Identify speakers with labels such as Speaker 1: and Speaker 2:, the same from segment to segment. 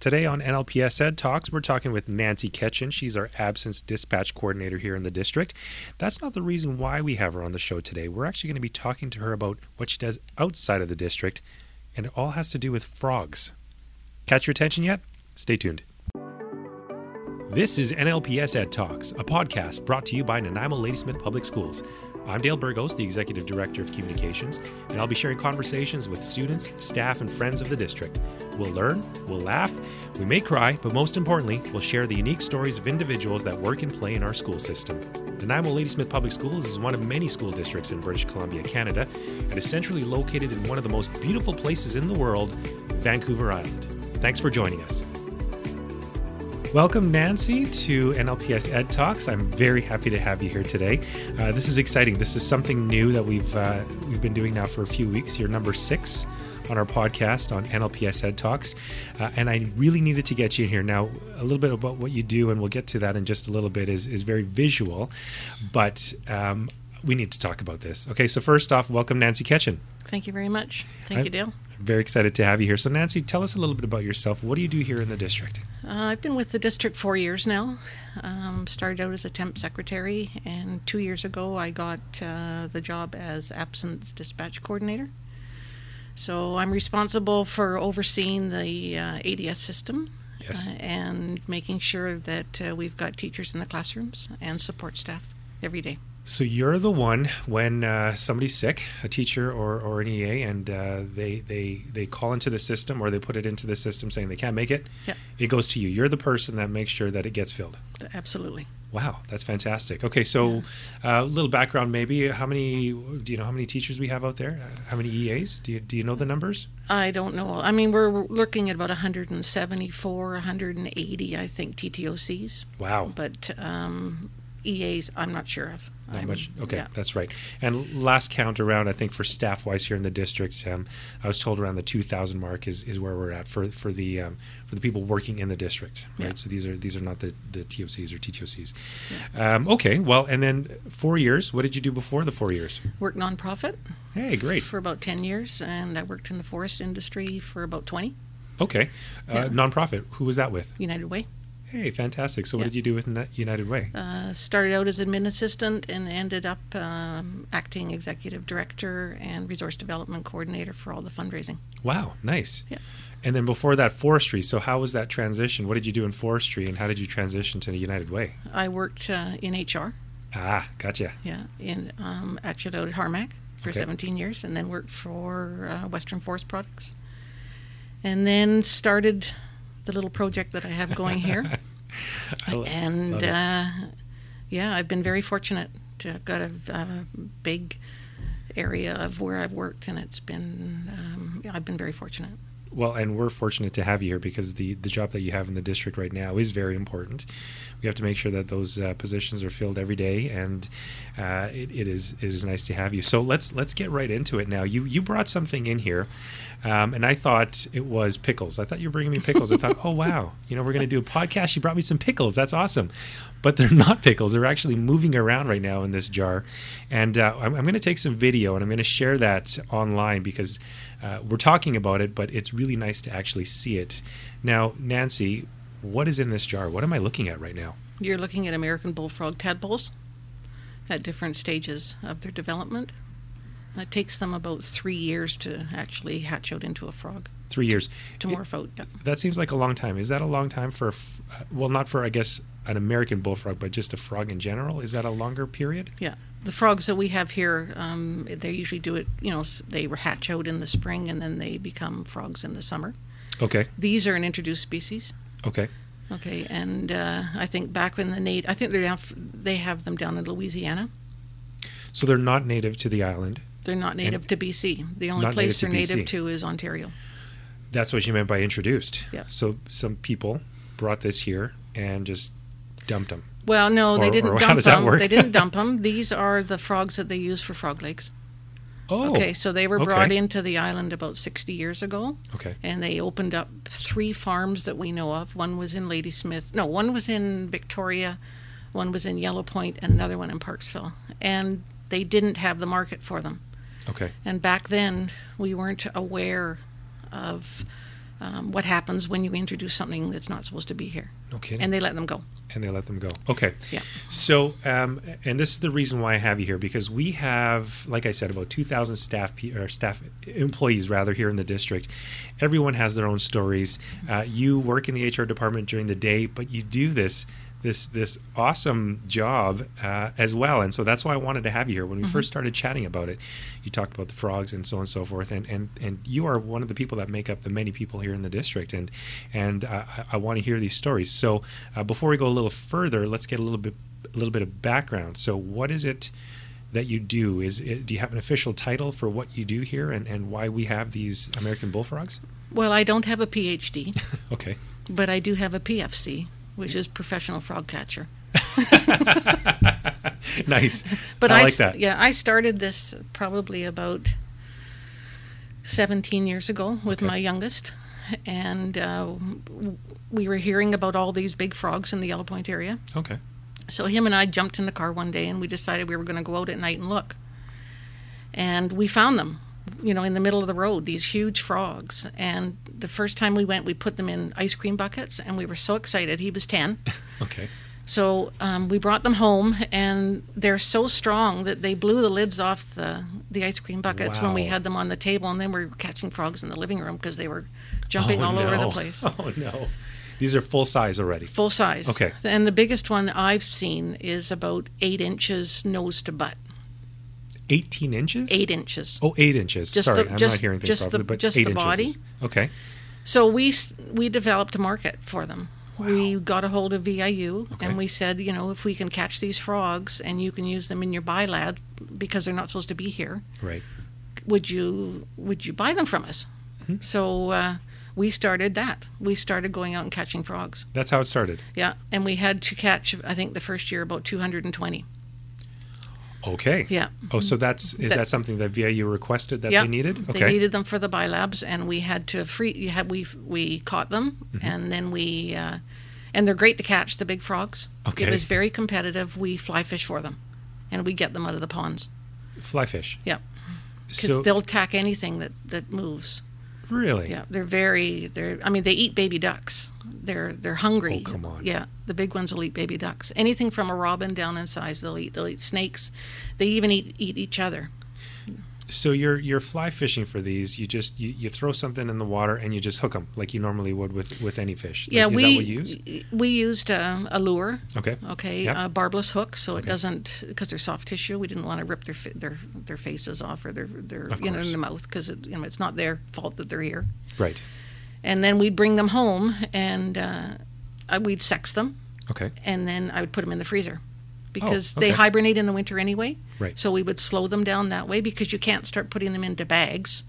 Speaker 1: Today on NLPS Ed Talks, we're talking with Nancy Ketchen. She's our absence dispatch coordinator here in the district. That's not the reason why we have her on the show today. We're actually going to be talking to her about what she does outside of the district, and it all has to do with frogs. Catch your attention yet? Stay tuned. This is NLPS Ed Talks, a podcast brought to you by Nanaimo Ladysmith Public Schools. I'm Dale Burgos, the Executive Director of Communications, and I'll be sharing conversations with students, staff, and friends of the district. We'll learn, we'll laugh, we may cry, but most importantly, we'll share the unique stories of individuals that work and play in our school system. Nanaimo Ladysmith Public Schools is one of many school districts in British Columbia, Canada, and is centrally located in one of the most beautiful places in the world, Vancouver Island. Thanks for joining us. Welcome, Nancy, to NLPS Ed Talks. I'm very happy to have you here today. Uh, this is exciting. This is something new that we've uh, we've been doing now for a few weeks. You're number six on our podcast on NLPS Ed Talks, uh, and I really needed to get you in here. Now, a little bit about what you do, and we'll get to that in just a little bit. is is very visual, but um, we need to talk about this. Okay, so first off, welcome, Nancy Ketchen.
Speaker 2: Thank you very much. Thank
Speaker 1: I-
Speaker 2: you, Dale.
Speaker 1: Very excited to have you here. So, Nancy, tell us a little bit about yourself. What do you do here in the district?
Speaker 2: Uh, I've been with the district four years now. Um, started out as a temp secretary, and two years ago I got uh, the job as absence dispatch coordinator. So I'm responsible for overseeing the uh, ADS system
Speaker 1: Yes.
Speaker 2: uh, and making sure that uh, we've got teachers in the classrooms and support staff every day.
Speaker 1: So you're the one when uh, somebody's sick, a teacher or, or an EA, and uh, they, they they call into the system or they put it into the system saying they can't make it.
Speaker 2: Yeah.
Speaker 1: It goes to you. You're the person that makes sure that it gets filled.
Speaker 2: Absolutely.
Speaker 1: Wow, that's fantastic. Okay, so uh, a little background maybe. How many do you know? How many teachers we have out there? Uh, How many EAs? Do you do you know the numbers?
Speaker 2: I don't know. I mean, we're looking at about 174, 180, I think, TTOCs.
Speaker 1: Wow,
Speaker 2: but um, EAs, I'm not sure of.
Speaker 1: not
Speaker 2: I'm-
Speaker 1: much. Okay,
Speaker 2: yeah.
Speaker 1: that's right. And last count around, I think for staff wise here in the district, um, I was told around the 2,000 mark is, is where we're at for for the um, for the people working in the district. Right.
Speaker 2: Yeah.
Speaker 1: So these are these are not the the TOCs or TTOCs. Um, okay, well, and then four years. What did you do before the four years?
Speaker 2: Worked nonprofit
Speaker 1: Hey, great.
Speaker 2: for about 10 years, and I worked in the forest industry for about 20,
Speaker 1: Okay, uh,
Speaker 2: Yeah.
Speaker 1: nonprofit. Who was that with?
Speaker 2: United Way.
Speaker 1: Hey, fantastic. So
Speaker 2: Yeah.
Speaker 1: what did you do with Ni- United Way?
Speaker 2: Uh, started out as admin assistant and ended up um, acting executive director and resource development coordinator for all the fundraising.
Speaker 1: Wow, nice.
Speaker 2: Yeah.
Speaker 1: And then before that, forestry. So how was that transition? What did you do in forestry, and how did you transition to United Way?
Speaker 2: I worked uh, in HR,
Speaker 1: Ah, gotcha.
Speaker 2: yeah, in um, actually out at Harmac for
Speaker 1: Okay.
Speaker 2: 17 years, and then worked for uh, Western Forest Products, and then started the little project that I have going here.
Speaker 1: I lo-
Speaker 2: and
Speaker 1: love it.
Speaker 2: uh, yeah, I've been very fortunate to have got a, uh big area of where I've worked, and it's been um, yeah, I've been very fortunate.
Speaker 1: Well, and we're fortunate to have you here because the, the job that you have in the district right now is very important. We have to make sure that those uh, positions are filled every day, and uh, it, it is it is nice to have you. So let's let's get right into it now. You you brought something in here, um, and I thought it was pickles. I thought you were bringing me pickles. I thought, oh wow, you know we're going to do a podcast. You brought me some pickles. That's awesome, but they're not pickles. They're actually moving around right now in this jar, and uh, I'm, I'm going to take some video and I'm going to share that online because uh, we're talking about it, but it's really nice to actually see it. Now, Nancy, what is in this jar? What am I looking at right now?
Speaker 2: You're looking at American bullfrog tadpoles at different stages of their development. It takes them about three years to actually hatch out into a frog
Speaker 1: Three years.
Speaker 2: to
Speaker 1: It-
Speaker 2: morph out. Yeah.
Speaker 1: that seems like a long time. Is that a long time for, a f- uh, well, not for, I guess, an American bullfrog, but just a frog in general? Is that a longer period?
Speaker 2: Yeah, the frogs that we have here, um, they usually do it. You know, s- they hatch out in the spring and then they become frogs in the summer.
Speaker 1: Okay.
Speaker 2: These are an introduced species.
Speaker 1: Okay.
Speaker 2: Okay, and uh, I think back when the Nate, I think they're down, f- they have them down in Louisiana.
Speaker 1: So they're not native to the island.
Speaker 2: They're not native to BC. The only
Speaker 1: Not
Speaker 2: place
Speaker 1: native to
Speaker 2: they're
Speaker 1: BC.
Speaker 2: native to is Ontario.
Speaker 1: That's what you meant by introduced.
Speaker 2: Yeah.
Speaker 1: So some people brought this here and just dumped them.
Speaker 2: Well, no,
Speaker 1: Or-
Speaker 2: they didn't
Speaker 1: or how
Speaker 2: dump
Speaker 1: does that
Speaker 2: them.
Speaker 1: work?
Speaker 2: They didn't dump them. These are the frogs that they use for frog legs.
Speaker 1: Oh.
Speaker 2: okay, so they were brought
Speaker 1: okay.
Speaker 2: into the island about 60 years ago,
Speaker 1: Okay.
Speaker 2: and they opened up three farms that we know of. One was in Ladysmith. No, one was in Victoria, one was in Yellow Point, and another one in Parksville. And they didn't have the market for them.
Speaker 1: Okay.
Speaker 2: And back then, we weren't aware of um, what happens when you introduce something that's not supposed to be here.
Speaker 1: No kidding.
Speaker 2: And they let them go.
Speaker 1: and they let them go. Okay.
Speaker 2: Yeah.
Speaker 1: So, um, and this is the reason why I have you here because we have, like I said, about 2,000 staff pe- or staff employees rather here in the district. Everyone has their own stories. Uh, you work in the HR department during the day, but you do this this this awesome job uh, as well. And so that's why I wanted to have you here. When we first started chatting about it, you talked about the frogs and so on and so forth. And and and you are one of the people that make up the many people here in the district. And and uh, I, I want to hear these stories. So uh, before we go a little further, let's get a little bit a little bit of background. So what is it? That you do is it, do you have an official title for what you do here and, and why we have these American bullfrogs?
Speaker 2: Well, I don't have a PhD,
Speaker 1: Okay,
Speaker 2: but I do have a PFC, which is professional frog catcher.
Speaker 1: nice.
Speaker 2: But
Speaker 1: I, like
Speaker 2: s-
Speaker 1: that.
Speaker 2: Yeah, I started this probably about 17 years ago with
Speaker 1: Okay.
Speaker 2: my youngest, and uh, w- we were hearing about all these big frogs in the Yellow Point area.
Speaker 1: Okay,
Speaker 2: So him and I jumped in the car one day, and we decided we were going to go out at night and look. And we found them, you know, in the middle of the road, these huge frogs. And the first time we went, we put them in ice cream buckets, and we were so excited. He was 10.
Speaker 1: okay.
Speaker 2: So um, we brought them home, and they're so strong that they blew the lids off the, the ice cream buckets when we
Speaker 1: Wow.
Speaker 2: had them on the table, and then we were catching frogs in the living room because they were jumping all over the
Speaker 1: Oh, no.
Speaker 2: place.
Speaker 1: Oh no. These are full size already.
Speaker 2: Full size.
Speaker 1: Okay.
Speaker 2: And the biggest one I've seen is about eight inches nose to butt.
Speaker 1: 18 inches?
Speaker 2: Eight inches.
Speaker 1: Oh, eight inches.
Speaker 2: Just
Speaker 1: Sorry,
Speaker 2: the-
Speaker 1: I'm not
Speaker 2: just-
Speaker 1: hearing things
Speaker 2: just
Speaker 1: properly,
Speaker 2: the-
Speaker 1: but
Speaker 2: just
Speaker 1: eight
Speaker 2: the
Speaker 1: inches.
Speaker 2: body.
Speaker 1: is- Okay.
Speaker 2: So we s- we developed a market for them. We got a hold of VIU
Speaker 1: Okay.
Speaker 2: and we said, you know, if we can catch these frogs and you can use them in your buy lab because they're not supposed to be here,
Speaker 1: Right.
Speaker 2: would you would you buy them from us?
Speaker 1: Mm-hmm.
Speaker 2: So uh, we started that. We started going out and catching frogs.
Speaker 1: That's how it started.
Speaker 2: Yeah, and we had to catch I think the first year about 220.
Speaker 1: Okay.
Speaker 2: Yeah.
Speaker 1: Oh, so that's is that,
Speaker 2: That-
Speaker 1: something that VIU requested that
Speaker 2: Yeah,
Speaker 1: they needed? Okay.
Speaker 2: They needed them for the bi labs, and we had to free. You had we we caught them,
Speaker 1: Mm-hmm.
Speaker 2: and then we, uh, and they're great to catch the big frogs.
Speaker 1: Okay.
Speaker 2: It was very competitive. We fly fish for them, and we get them out of the ponds.
Speaker 1: Fly fish.
Speaker 2: Yeah, because
Speaker 1: So
Speaker 2: they'll attack anything that that moves.
Speaker 1: really.
Speaker 2: Yeah, they're very. They're. I mean, they eat baby ducks. They're they're hungry.
Speaker 1: Oh, come on.
Speaker 2: Yeah, the big ones will eat baby ducks. Anything from a robin down in size, they'll eat. They'll eat snakes. They even eat eat each other.
Speaker 1: So you're you're fly fishing for these. You just you, you throw something in the water and you just hook them like you normally would with with any fish.
Speaker 2: Yeah,
Speaker 1: Like, is
Speaker 2: we
Speaker 1: that what you use?
Speaker 2: we used a, a lure.
Speaker 1: Okay.
Speaker 2: Okay,
Speaker 1: Yeah.
Speaker 2: uh, barbless hook, so it doesn't because they're soft tissue. We didn't want to rip their fa- their their faces off or their their
Speaker 1: Of
Speaker 2: you know in
Speaker 1: course.
Speaker 2: the mouth because it, you know it's not their fault that they're here.
Speaker 1: Right.
Speaker 2: And then we'd bring them home and uh, I, we'd sex them
Speaker 1: Okay.
Speaker 2: and then I would put them in the freezer because they
Speaker 1: Oh, okay.
Speaker 2: hibernate in the winter anyway.
Speaker 1: Right.
Speaker 2: So we would slow them down that way because you can't start putting them into bags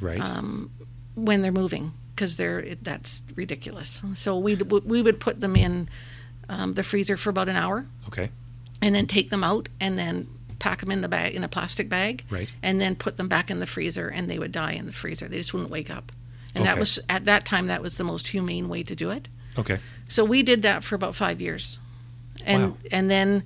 Speaker 1: Right.
Speaker 2: Um, when they're moving because they're it, that's ridiculous. So we we would put them in um, the freezer for about an hour
Speaker 1: okay.
Speaker 2: and then take them out and then pack them in the bag in a plastic bag
Speaker 1: Right.
Speaker 2: and then put them back in the freezer and they would die in the freezer they just wouldn't wake up and that
Speaker 1: Okay.
Speaker 2: was at that time that was the most humane way to do it
Speaker 1: Okay.
Speaker 2: so we did that for about five years and
Speaker 1: Wow.
Speaker 2: and then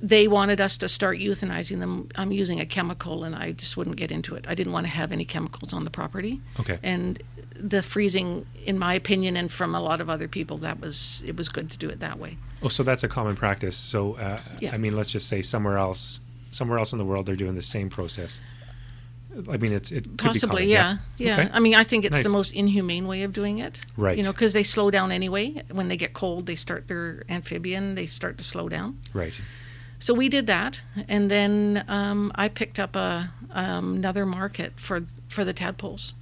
Speaker 2: they wanted us to start euthanizing them i'm using a chemical and i just wouldn't get into it i didn't want to have any chemicals on the property
Speaker 1: Okay.
Speaker 2: and the freezing in my opinion and from a lot of other people that was it was good to do it that way
Speaker 1: Oh, so that's a common practice. So, uh,
Speaker 2: Yeah.
Speaker 1: I mean, let's just say somewhere else, somewhere else in the world, they're doing the same process. I mean, it's it could be
Speaker 2: Possibly,
Speaker 1: common,
Speaker 2: yeah. Yeah.
Speaker 1: Okay.
Speaker 2: I mean, I think it's
Speaker 1: Nice.
Speaker 2: the most inhumane way of doing it.
Speaker 1: Right.
Speaker 2: You know, because they slow down anyway. When they get cold, they start their amphibian, they start to slow down.
Speaker 1: Right.
Speaker 2: So we did that. And then um, I picked up a, um, another market for, for the tadpoles.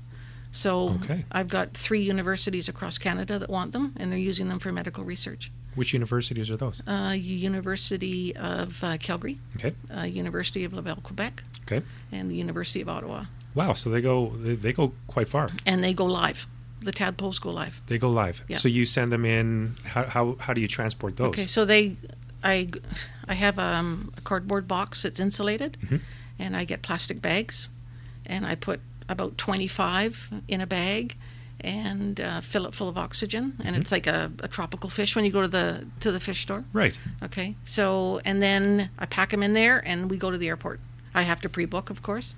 Speaker 2: So
Speaker 1: Okay.
Speaker 2: I've got three universities across Canada that want them, and they're using them for medical research.
Speaker 1: Which universities are those?
Speaker 2: Uh, University of uh, Calgary,
Speaker 1: Okay.
Speaker 2: uh, University of Laval, Quebec,
Speaker 1: Okay.
Speaker 2: and the University of Ottawa.
Speaker 1: Wow. So they go they, they go quite far.
Speaker 2: And they go live. The tadpoles go live.
Speaker 1: They go live.
Speaker 2: Yeah.
Speaker 1: So you send them in. How how how do you transport those?
Speaker 2: Okay, so they, I, I have um, a cardboard box that's insulated, and I get plastic bags, and I put about 25 in a bag, and uh, fill it full of oxygen, and it's like a, a tropical fish when you go to the to the fish store.
Speaker 1: Right.
Speaker 2: Okay, so and then I pack them in there, and we go to the airport. I have to pre-book, of course,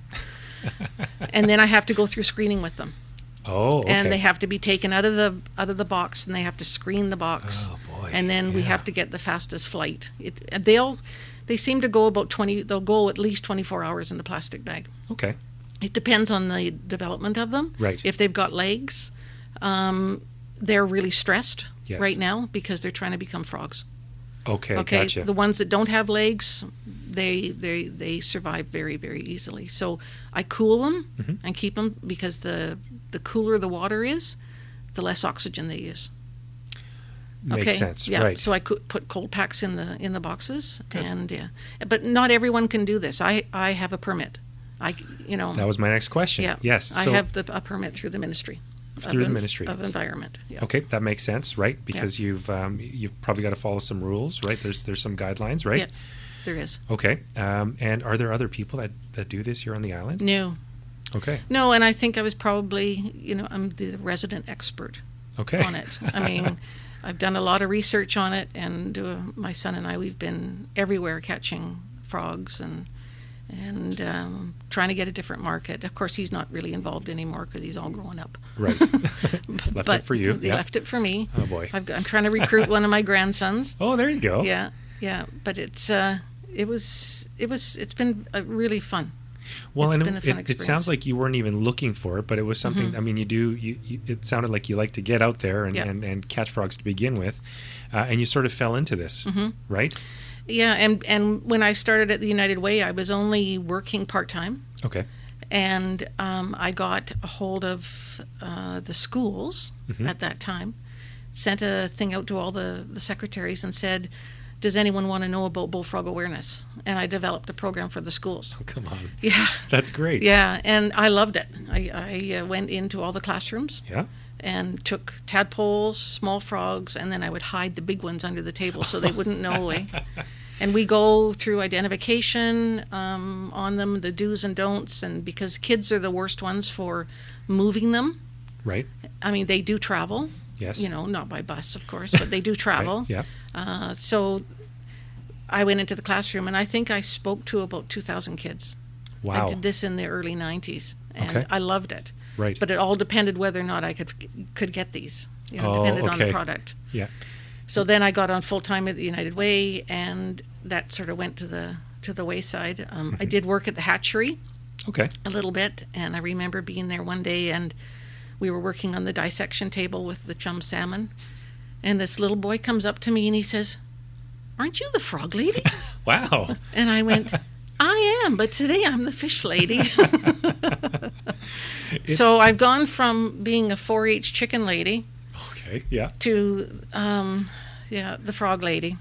Speaker 2: and then I have to go through screening with them.
Speaker 1: Oh, okay.
Speaker 2: and they have to be taken out of the out of the box and they have to screen the box
Speaker 1: Oh, boy.
Speaker 2: and then we
Speaker 1: Yeah.
Speaker 2: have to get the fastest flight it, and they'll they seem to go about 20 they'll go at least 24 hours in the plastic bag
Speaker 1: okay.
Speaker 2: it depends on the development of them
Speaker 1: Right.
Speaker 2: if they've got legs um, they're really stressed
Speaker 1: Yes.
Speaker 2: right now because they're trying to become frogs
Speaker 1: Okay,
Speaker 2: okay
Speaker 1: gotcha.
Speaker 2: the ones that don't have legs they they they survive very very easily so i cool them
Speaker 1: Mm-hmm.
Speaker 2: and keep them because the the cooler the water is the less oxygen they use
Speaker 1: Makes sense.
Speaker 2: yeah.
Speaker 1: Right.
Speaker 2: So I could put cold packs in the in the boxes,
Speaker 1: Good.
Speaker 2: and yeah, but not everyone can do this. I I have a permit. I c- you know
Speaker 1: that was my next question.
Speaker 2: yeah
Speaker 1: Yes.
Speaker 2: I
Speaker 1: so-
Speaker 2: have the a permit through the ministry of
Speaker 1: Through the
Speaker 2: en-
Speaker 1: ministry.
Speaker 2: of environment. Yeah.
Speaker 1: Okay, that makes sense, right? Because you've um, you've probably got to follow some rules, right? There's there's some guidelines, right?
Speaker 2: Yeah. There is
Speaker 1: Okay. Um, and are there other people that, that do this here on the island?
Speaker 2: no
Speaker 1: Okay.
Speaker 2: no, and I think I was probably you know I'm the resident expert
Speaker 1: Okay.
Speaker 2: on it. I mean, I've done a lot of research on it, and uh, my son and I we've been everywhere catching frogs and and um, trying to get a different market. Of course, he's not really involved anymore because he's all grown up.
Speaker 1: right. left
Speaker 2: but
Speaker 1: it for you.
Speaker 2: They
Speaker 1: Yeah.
Speaker 2: left it for me.
Speaker 1: Oh, boy.
Speaker 2: I've, got- I'm trying to recruit one of my grandsons.
Speaker 1: Oh, there you go.
Speaker 2: Yeah, yeah. But it's uh, it was it was it's been uh, really fun.
Speaker 1: Well,
Speaker 2: It's
Speaker 1: and
Speaker 2: been a
Speaker 1: it,
Speaker 2: fun
Speaker 1: it, it sounds
Speaker 2: experience. Mm-hmm.
Speaker 1: like you weren't even looking for it, but it was something. I mean, you do. You, you, it sounded like you like to get out there and,
Speaker 2: Yeah.
Speaker 1: and, and catch frogs to begin with, uh, and you sort of fell into this,
Speaker 2: Mm.
Speaker 1: right?
Speaker 2: Mm-hmm. Yeah, and and when I started at the United Way, I was only working part time.
Speaker 1: Okay.
Speaker 2: and um, I got a hold of uh, the schools at that time, sent a thing out to all the, the secretaries and said, Does anyone want to know about bullfrog awareness? And I developed a program for the schools.
Speaker 1: Come on,
Speaker 2: Yeah,
Speaker 1: that's great.
Speaker 2: yeah, and I loved it. I, I uh, went into all the classrooms
Speaker 1: Yeah.
Speaker 2: and took tadpoles, small frogs, and then I would hide the big ones under the table so they wouldn't know away. And we go through identification um, on them, the do's and don'ts, and because kids are the worst ones for moving them.
Speaker 1: Right.
Speaker 2: I mean, they do travel.
Speaker 1: Yes.
Speaker 2: You know, not by bus, of course, but they do travel.
Speaker 1: Right. Yeah.
Speaker 2: Uh, so I went into the classroom, and I think I spoke to about 2,000 kids.
Speaker 1: Wow.
Speaker 2: I did this in the early 90s, and
Speaker 1: Okay.
Speaker 2: I loved it.
Speaker 1: Right.
Speaker 2: But it all depended whether or not I could could get these. You
Speaker 1: Oh,
Speaker 2: know, it depended on
Speaker 1: okay.
Speaker 2: the product.
Speaker 1: yeah.
Speaker 2: So then I got on full time at the United Way, and that sort of went to the to the wayside. Um,
Speaker 1: Mm-hmm.
Speaker 2: I did work at the hatchery
Speaker 1: Okay.
Speaker 2: a little bit, and I remember being there one day, and we were working on the dissection table with the chum salmon, and this little boy comes up to me and he says, "Aren't you the frog lady?"
Speaker 1: Wow.
Speaker 2: And I went, I am, but today I'm the fish lady. so I've gone from being a 4 H chicken lady
Speaker 1: okay. Yeah.
Speaker 2: to, um, yeah, the frog lady.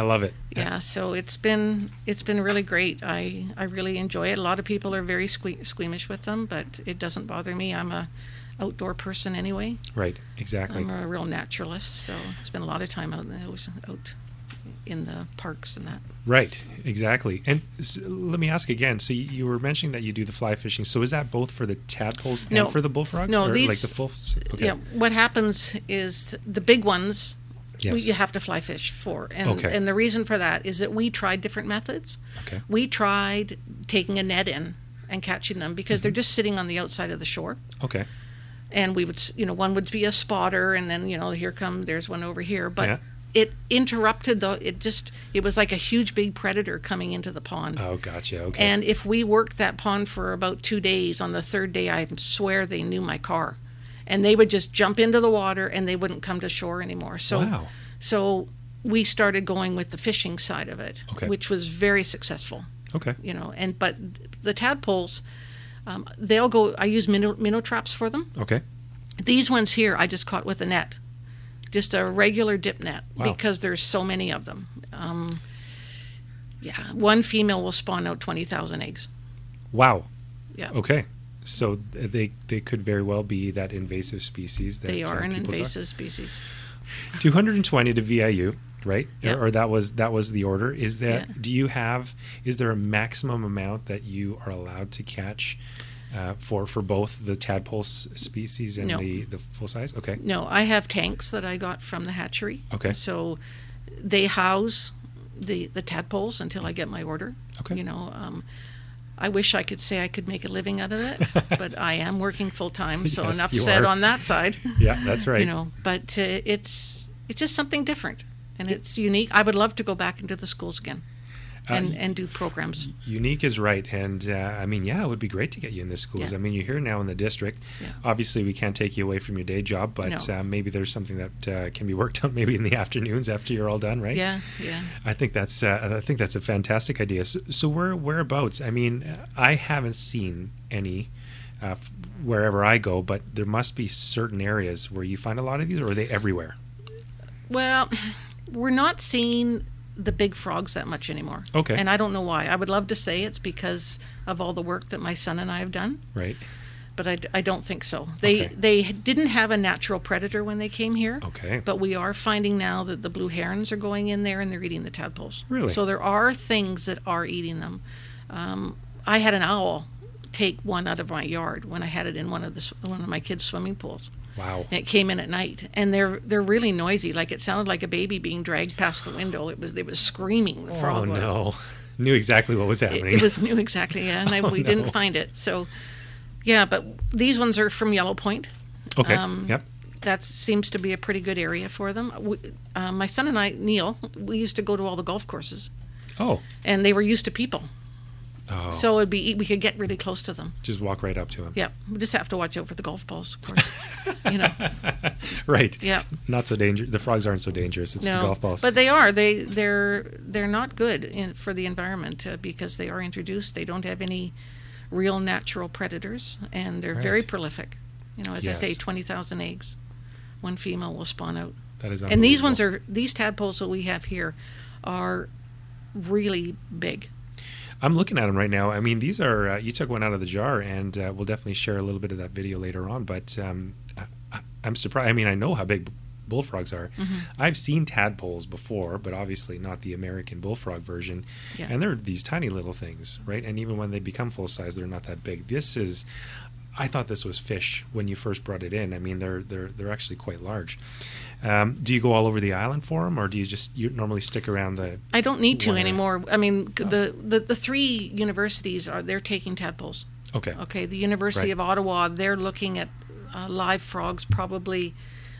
Speaker 1: I love it.
Speaker 2: Yeah, so it's been it's been really great. I, I really enjoy it. A lot of people are very sque- squeamish with them, but it doesn't bother me. I'm a outdoor person anyway.
Speaker 1: Right. Exactly.
Speaker 2: I'm a real naturalist, so I spend a lot of time out in the ocean, out in the parks and that.
Speaker 1: Right, exactly. And s let me ask again. So you, you were mentioning that you do the fly fishing. So is that both for the tadpoles
Speaker 2: No.
Speaker 1: and for the bullfrogs?
Speaker 2: No,
Speaker 1: or like
Speaker 2: these-
Speaker 1: the full. Okay.
Speaker 2: Yeah, what happens is the big ones
Speaker 1: Yes.
Speaker 2: we, you have to fly fish for. And,
Speaker 1: Okay.
Speaker 2: and the reason for that is that we tried different methods.
Speaker 1: Okay.
Speaker 2: We tried taking a net in and catching them because they're
Speaker 1: Mm-hmm.
Speaker 2: just sitting on the outside of the shore.
Speaker 1: Okay.
Speaker 2: And we would, s- you know, one would be a spotter, and then, you know, here come, there's one over here. But
Speaker 1: Yeah.
Speaker 2: it interrupted the, it just, it was like a huge big predator coming into the pond.
Speaker 1: Oh, gotcha. Okay.
Speaker 2: And if we worked that pond for about two days, on the third day, I swear they knew my car. And they would just jump into the water and they wouldn't come to shore anymore. So,
Speaker 1: Wow.
Speaker 2: so we started going with the fishing side of it,
Speaker 1: Okay.
Speaker 2: which was very successful,
Speaker 1: okay.
Speaker 2: you know. And but the tadpoles, um, they'll go. I use minnow, minnow traps for them.
Speaker 1: Okay.
Speaker 2: These ones here, I just caught with a net, just a regular dip net,
Speaker 1: Wow.
Speaker 2: because there's so many of them. Um, yeah, one female will spawn out twenty thousand eggs.
Speaker 1: Wow.
Speaker 2: Yeah.
Speaker 1: Okay. So th- they they could very well be that invasive species that
Speaker 2: They
Speaker 1: uh,
Speaker 2: are an
Speaker 1: people talk-
Speaker 2: invasive species.
Speaker 1: 220 to VIU, right?
Speaker 2: Yeah.
Speaker 1: Or, or that was that was the order. Is that
Speaker 2: Yeah.
Speaker 1: do you have is there a maximum amount that you are allowed to catch uh, for for both the tadpole s- species and
Speaker 2: No.
Speaker 1: the the full size? Okay.
Speaker 2: No, I have tanks that I got from the hatchery.
Speaker 1: Okay.
Speaker 2: So they house the the tadpoles until I get my order.
Speaker 1: Okay.
Speaker 2: You know, um, I wish I could say I could make a living out of it, but I am working full time, so
Speaker 1: Yes,
Speaker 2: enough
Speaker 1: you
Speaker 2: said
Speaker 1: are.
Speaker 2: on that side.
Speaker 1: Yeah, that's right.
Speaker 2: You know, but uh, it's it's just something different, and it's unique. I would love to go back into the schools again,
Speaker 1: Uh,
Speaker 2: and and do programs.
Speaker 1: Unique is right, and uh, I mean, yeah, it would be great to get you in the schools.
Speaker 2: Yeah.
Speaker 1: I mean, you're here now in the district.
Speaker 2: Yeah.
Speaker 1: Obviously, we can't take you away from your day job, but
Speaker 2: No.
Speaker 1: uh, maybe there's something that uh, can be worked out maybe in the afternoons after you're all done, right?
Speaker 2: Yeah, yeah.
Speaker 1: I think that's uh, I think that's a fantastic idea. So, so where whereabouts? I mean, I haven't seen any uh, f- wherever I go, but there must be certain areas where you find a lot of these, or are they everywhere?
Speaker 2: Well, we're not seeing the big frogs that much anymore.
Speaker 1: Okay.
Speaker 2: And I don't know why. I would love to say it's because of all the work that my son and I have done,
Speaker 1: Right.
Speaker 2: but I, d- I don't think so. They
Speaker 1: Okay.
Speaker 2: they didn't have a natural predator when they came here.
Speaker 1: Okay.
Speaker 2: But we are finding now that the blue herons are going in there and they're eating the tadpoles.
Speaker 1: Really?
Speaker 2: So there are things that are eating them. Um, I had an owl take one out of my yard when I had it in one of the s- one of my kids' swimming pools.
Speaker 1: Wow.
Speaker 2: And it came in at night, and they're they're really noisy. Like it sounded like a baby being dragged past the window. It was it was screaming. The
Speaker 1: Oh
Speaker 2: frog was.
Speaker 1: no! Knew exactly what was
Speaker 2: It,
Speaker 1: happening.
Speaker 2: it was new exactly. Yeah, and I,
Speaker 1: Oh,
Speaker 2: we
Speaker 1: no.
Speaker 2: didn't find it. So, yeah, but these ones are from Yellow Point.
Speaker 1: okay.
Speaker 2: um,
Speaker 1: yep.
Speaker 2: That seems to be a pretty good area for them. We, uh, my son and I, Neil, we used to go to all the golf courses,
Speaker 1: Oh.
Speaker 2: and they were used to people,
Speaker 1: Oh.
Speaker 2: so it'd be e, we could get really close to them.
Speaker 1: just walk right up to him.
Speaker 2: Yeah, we just have to watch out for the golf balls, of course. you know.
Speaker 1: Right.
Speaker 2: Yeah.
Speaker 1: Not so dangerous. The frogs aren't so dangerous. It's the golf balls.
Speaker 2: But they are. They they're they're not good in, for the environment uh, because they are introduced. They don't have any real natural predators, and they're very
Speaker 1: Right.
Speaker 2: prolific. You know, as I say,
Speaker 1: Yes.
Speaker 2: twenty thousand eggs, one female will spawn out.
Speaker 1: that is
Speaker 2: And these ones are these tadpoles that we have here are really big.
Speaker 1: I'm looking at them right now. I mean, these are. Uh, you took one out of the jar, and uh, we'll definitely share a little bit of that video later on. But um, I, I- I'm surprised. I mean, I know how big bullfrogs are.
Speaker 2: Mm-hmm.
Speaker 1: I've seen tadpoles before, but obviously not the American bullfrog version.
Speaker 2: Yeah.
Speaker 1: And they're these tiny little things, right? And even when they become full size, they're not that big. This is. I thought this was fish when you first brought it in. I mean, they're they're they're actually quite large. Um, do you go all over the island for them, or do you just you normally stick around the?
Speaker 2: I don't need to
Speaker 1: Why not?
Speaker 2: anymore. I mean, c the, the the three universities are they're taking tadpoles.
Speaker 1: Okay.
Speaker 2: Okay, the University
Speaker 1: Right.
Speaker 2: of Ottawa, they're looking at uh, live frogs probably.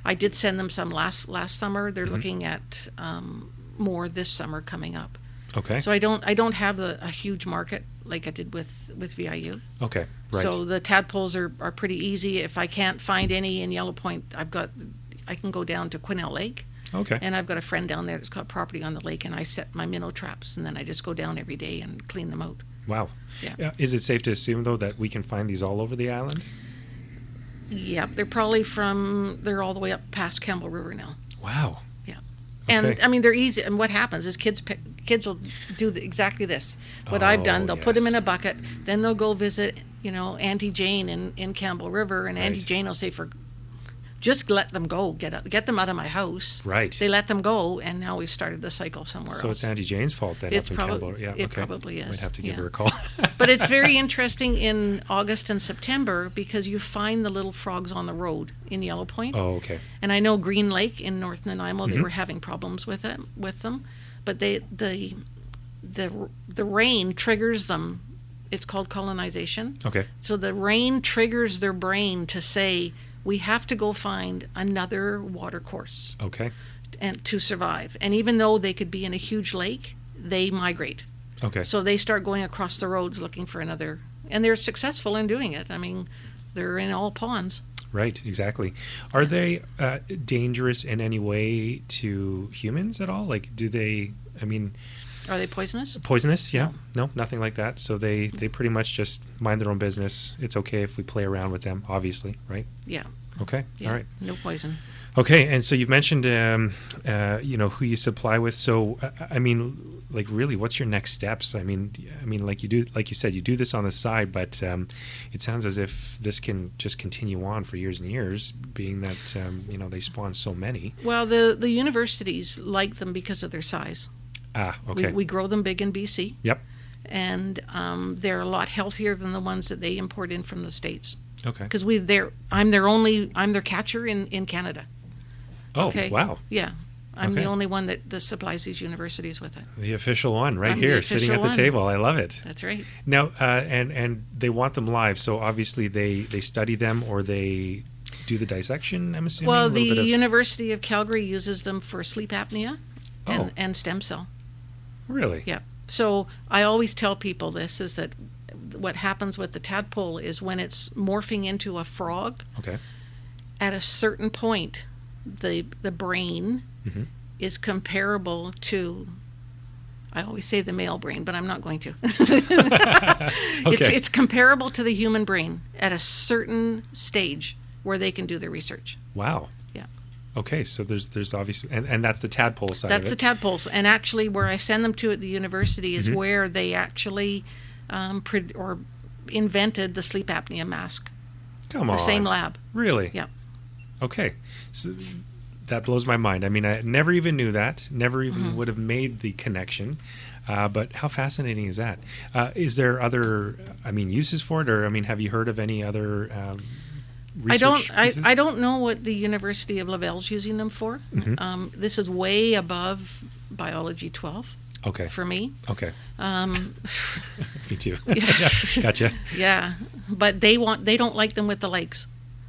Speaker 2: I did send them some last last summer. They're
Speaker 1: Mm-hmm.
Speaker 2: looking at um, more this summer coming up.
Speaker 1: Okay.
Speaker 2: So I don't I don't have the, a huge market like I did with with VIU.
Speaker 1: okay. Right.
Speaker 2: So the tadpoles are, are pretty easy. If I can't find any in Yellow Point, I've got I can go down to Quinnell Lake
Speaker 1: okay.
Speaker 2: and I've got a friend down there that's got property on the lake and I set my minnow traps and then I just go down every day and clean them out.
Speaker 1: Wow.
Speaker 2: Yeah.
Speaker 1: Uh, Is it safe to assume though that we can find these all over the island?
Speaker 2: Yep, they're probably from they're all the way up past Campbell River now.
Speaker 1: Wow.
Speaker 2: Yeah. And
Speaker 1: Okay.
Speaker 2: I mean they're easy. And what happens is kids pick, kids will do the, exactly this. What I've done,
Speaker 1: Oh,
Speaker 2: they'll 'em put them in
Speaker 1: yes.
Speaker 2: a bucket, then they'll go visit, you know, Auntie Jane in, in Campbell River, and Auntie
Speaker 1: Right.
Speaker 2: Jane will say for just let them go, get out, get them out of my house.
Speaker 1: Right.
Speaker 2: They let them go, and now we've started the cycle somewhere
Speaker 1: so
Speaker 2: else.
Speaker 1: it's Auntie Jane's fault then.
Speaker 2: It's
Speaker 1: up in
Speaker 2: probab-
Speaker 1: Campbell. Yeah. okay.
Speaker 2: it probably
Speaker 1: Might
Speaker 2: is,
Speaker 1: have to give
Speaker 2: yeah.
Speaker 1: her a call.
Speaker 2: but it's very interesting in August and September because you find the little frogs on the road in Yellow Point.
Speaker 1: oh, okay.
Speaker 2: And I know Green Lake in North Nanaimo,
Speaker 1: Mm-hmm.
Speaker 2: they were having problems with it with them, but they the the the rain triggers them. It's called colonization.
Speaker 1: Okay.
Speaker 2: So the rain triggers their brain to say we have to go find another water course
Speaker 1: Okay.
Speaker 2: and to survive. And even though they could be in a huge lake, they migrate.
Speaker 1: Okay.
Speaker 2: So they start going across the roads looking for another, and they're successful in doing it. I mean, they're in all ponds.
Speaker 1: right. Exactly. Are they uh, dangerous in any way to humans at all? Like, do they? I mean,
Speaker 2: Are they poisonous?
Speaker 1: poisonous? Yeah. No, nothing like that. So they they pretty much just mind their own business. It's okay if we play around with them, obviously, right?
Speaker 2: Yeah.
Speaker 1: Okay.
Speaker 2: yeah
Speaker 1: All right.
Speaker 2: No poison.
Speaker 1: Okay, and so you've mentioned, um, uh, you know, who you supply with. So, uh, I- I mean, like, really, what's your next steps? I mean, I mean, like you do, like you said, you do this on the side, but um, it sounds as if this can just continue on for years and years, being that um, you know they spawn so many.
Speaker 2: Well, the, the universities like them because of their size.
Speaker 1: Ah, okay,
Speaker 2: We, we grow them big in BC,
Speaker 1: yep,
Speaker 2: and um, they're a lot healthier than the ones that they import in from the states.
Speaker 1: okay.
Speaker 2: Because we, they're, I'm their only, I'm their catcher in, in Canada.
Speaker 1: Oh,
Speaker 2: Okay.
Speaker 1: wow,
Speaker 2: Yeah. I'm the
Speaker 1: Okay.
Speaker 2: only one that, that supplies these universities with it.
Speaker 1: The official one right
Speaker 2: I'm the
Speaker 1: here, sitting at
Speaker 2: official
Speaker 1: the
Speaker 2: one.
Speaker 1: table. I love it.
Speaker 2: That's right.
Speaker 1: Now, uh, and and they want them live, so obviously they they study them or they do the dissection. I'm assuming.
Speaker 2: well,
Speaker 1: a little
Speaker 2: the
Speaker 1: bit of,
Speaker 2: University of Calgary uses them for sleep apnea and,
Speaker 1: Oh.
Speaker 2: and stem cell.
Speaker 1: really
Speaker 2: Yeah. So I always tell people this is that what happens with the tadpole is when it's morphing into a frog,
Speaker 1: okay.
Speaker 2: at a certain point, the the brain
Speaker 1: Mhm.
Speaker 2: is comparable to. I always say the male brain, but I'm not going to. It's
Speaker 1: Okay.
Speaker 2: it's comparable to the human brain at a certain stage where they can do their research.
Speaker 1: Wow.
Speaker 2: Yeah.
Speaker 1: Okay, so there's there's obviously and, and that's the tadpole side
Speaker 2: That's
Speaker 1: of
Speaker 2: the
Speaker 1: it. Mm-hmm.
Speaker 2: tadpoles, and actually, where I send them to at the university is where they actually um, pre- or invented the sleep apnea mask.
Speaker 1: Come
Speaker 2: The
Speaker 1: on.
Speaker 2: same lab.
Speaker 1: Really?
Speaker 2: Yeah.
Speaker 1: Okay. So that blows my mind. I mean, I never even knew that. Never even
Speaker 2: Mm-hmm.
Speaker 1: would have made the connection. Uh, but how fascinating is that? Uh, is there other, I mean, uses for it, or I mean, have you heard of any other um,
Speaker 2: I
Speaker 1: research
Speaker 2: don't. I,
Speaker 1: pieces?
Speaker 2: I don't know what the University of Lavelle's using them for.
Speaker 1: Mm-hmm.
Speaker 2: Um, this is way above biology 12
Speaker 1: Okay.
Speaker 2: for me.
Speaker 1: Okay.
Speaker 2: Um,
Speaker 1: Me too. Yeah, Gotcha.
Speaker 2: yeah, but they want they don't like them with the legs.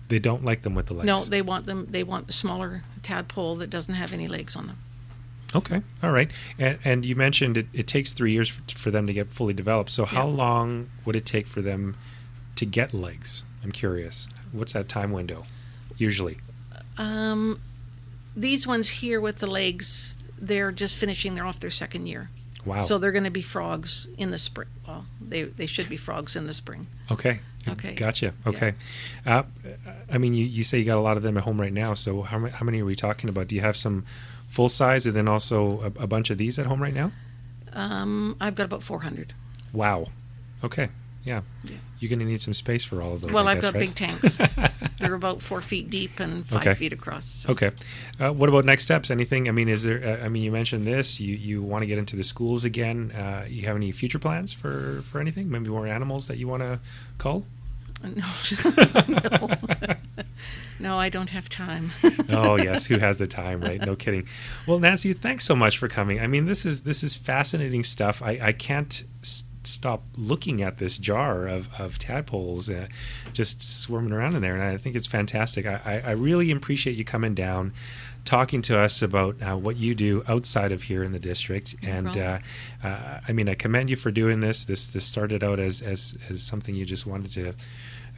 Speaker 1: They don't like them with the legs.
Speaker 2: No, they want them. They want the smaller tadpole that doesn't have any legs on them.
Speaker 1: Okay. All right. And, and you mentioned it, it takes three years f- for them to get fully developed. So how
Speaker 2: Yeah.
Speaker 1: long would it take for them to get legs? I'm curious. What's that time window? Usually.
Speaker 2: Um, these ones here with the legs, they're just finishing. They're off their second year,
Speaker 1: Wow.
Speaker 2: so they're going to be frogs in the spring. Well, they they should be frogs in the spring.
Speaker 1: okay.
Speaker 2: Okay.
Speaker 1: Gotcha. Okay. Uh, I mean, you, you say you got a lot of them at home right now. So how, ma- how many are we talking about? Do you have some full size and then also a, a bunch of these at home right now?
Speaker 2: Um, I've got about 400.
Speaker 1: Wow. Okay. Yeah.
Speaker 2: Yeah.
Speaker 1: You're going to need some space for all of those.
Speaker 2: Well,
Speaker 1: I
Speaker 2: I've
Speaker 1: guess,
Speaker 2: got
Speaker 1: right?
Speaker 2: big tanks. They're about four feet deep and five
Speaker 1: Okay.
Speaker 2: feet across. So.
Speaker 1: Okay. Uh, what about next steps? Anything? I mean, is there? Uh, I mean, you mentioned this. You you want to get into the schools again? Uh, you have any future plans for for anything? Maybe more animals that you want to cull?
Speaker 2: No. no. No, I don't have time.
Speaker 1: oh yes, who has the time, right? No kidding. Well, Nancy, thanks so much for coming. I mean, this is this is fascinating stuff. I I can't s- stop looking at this jar of of tadpoles uh, just swarming around in there, and I think it's fantastic. I I, I really appreciate you coming down. Talking to us about uh, what you do outside of here in the district, and uh,
Speaker 2: problem.
Speaker 1: uh, I mean, I commend you for doing this. This this started out as as, as something you just wanted to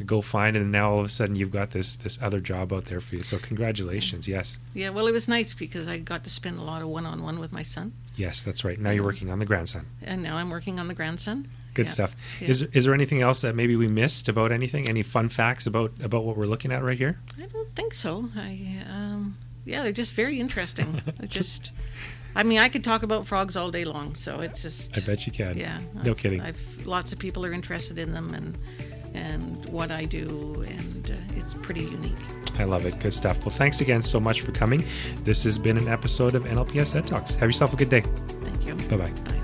Speaker 1: go find and now all of a sudden you've got this this other job out there for you so congratulations yes
Speaker 2: Yeah, well, it was nice because I got to spend a lot of one on one with my son,
Speaker 1: yes that's right now you're working on the grandson
Speaker 2: and now I'm working on the grandson.
Speaker 1: good
Speaker 2: Yeah.
Speaker 1: stuff
Speaker 2: Yeah.
Speaker 1: is, is there anything else that maybe we missed about anything any fun facts about about what we're looking at right here
Speaker 2: I don't think so. I, um, yeah, they're just very interesting. They're just, I mean, I could talk about frogs all day long, so it's just.
Speaker 1: i bet you can
Speaker 2: Yeah.
Speaker 1: no
Speaker 2: I've-
Speaker 1: kidding
Speaker 2: I've, lots of people are interested in them and and what I do, and uh, it's pretty unique.
Speaker 1: i love it good stuff well thanks again so much for coming this has been an episode of nlps ed talks have yourself a good day
Speaker 2: Thank you.
Speaker 1: bye-bye
Speaker 2: Bye.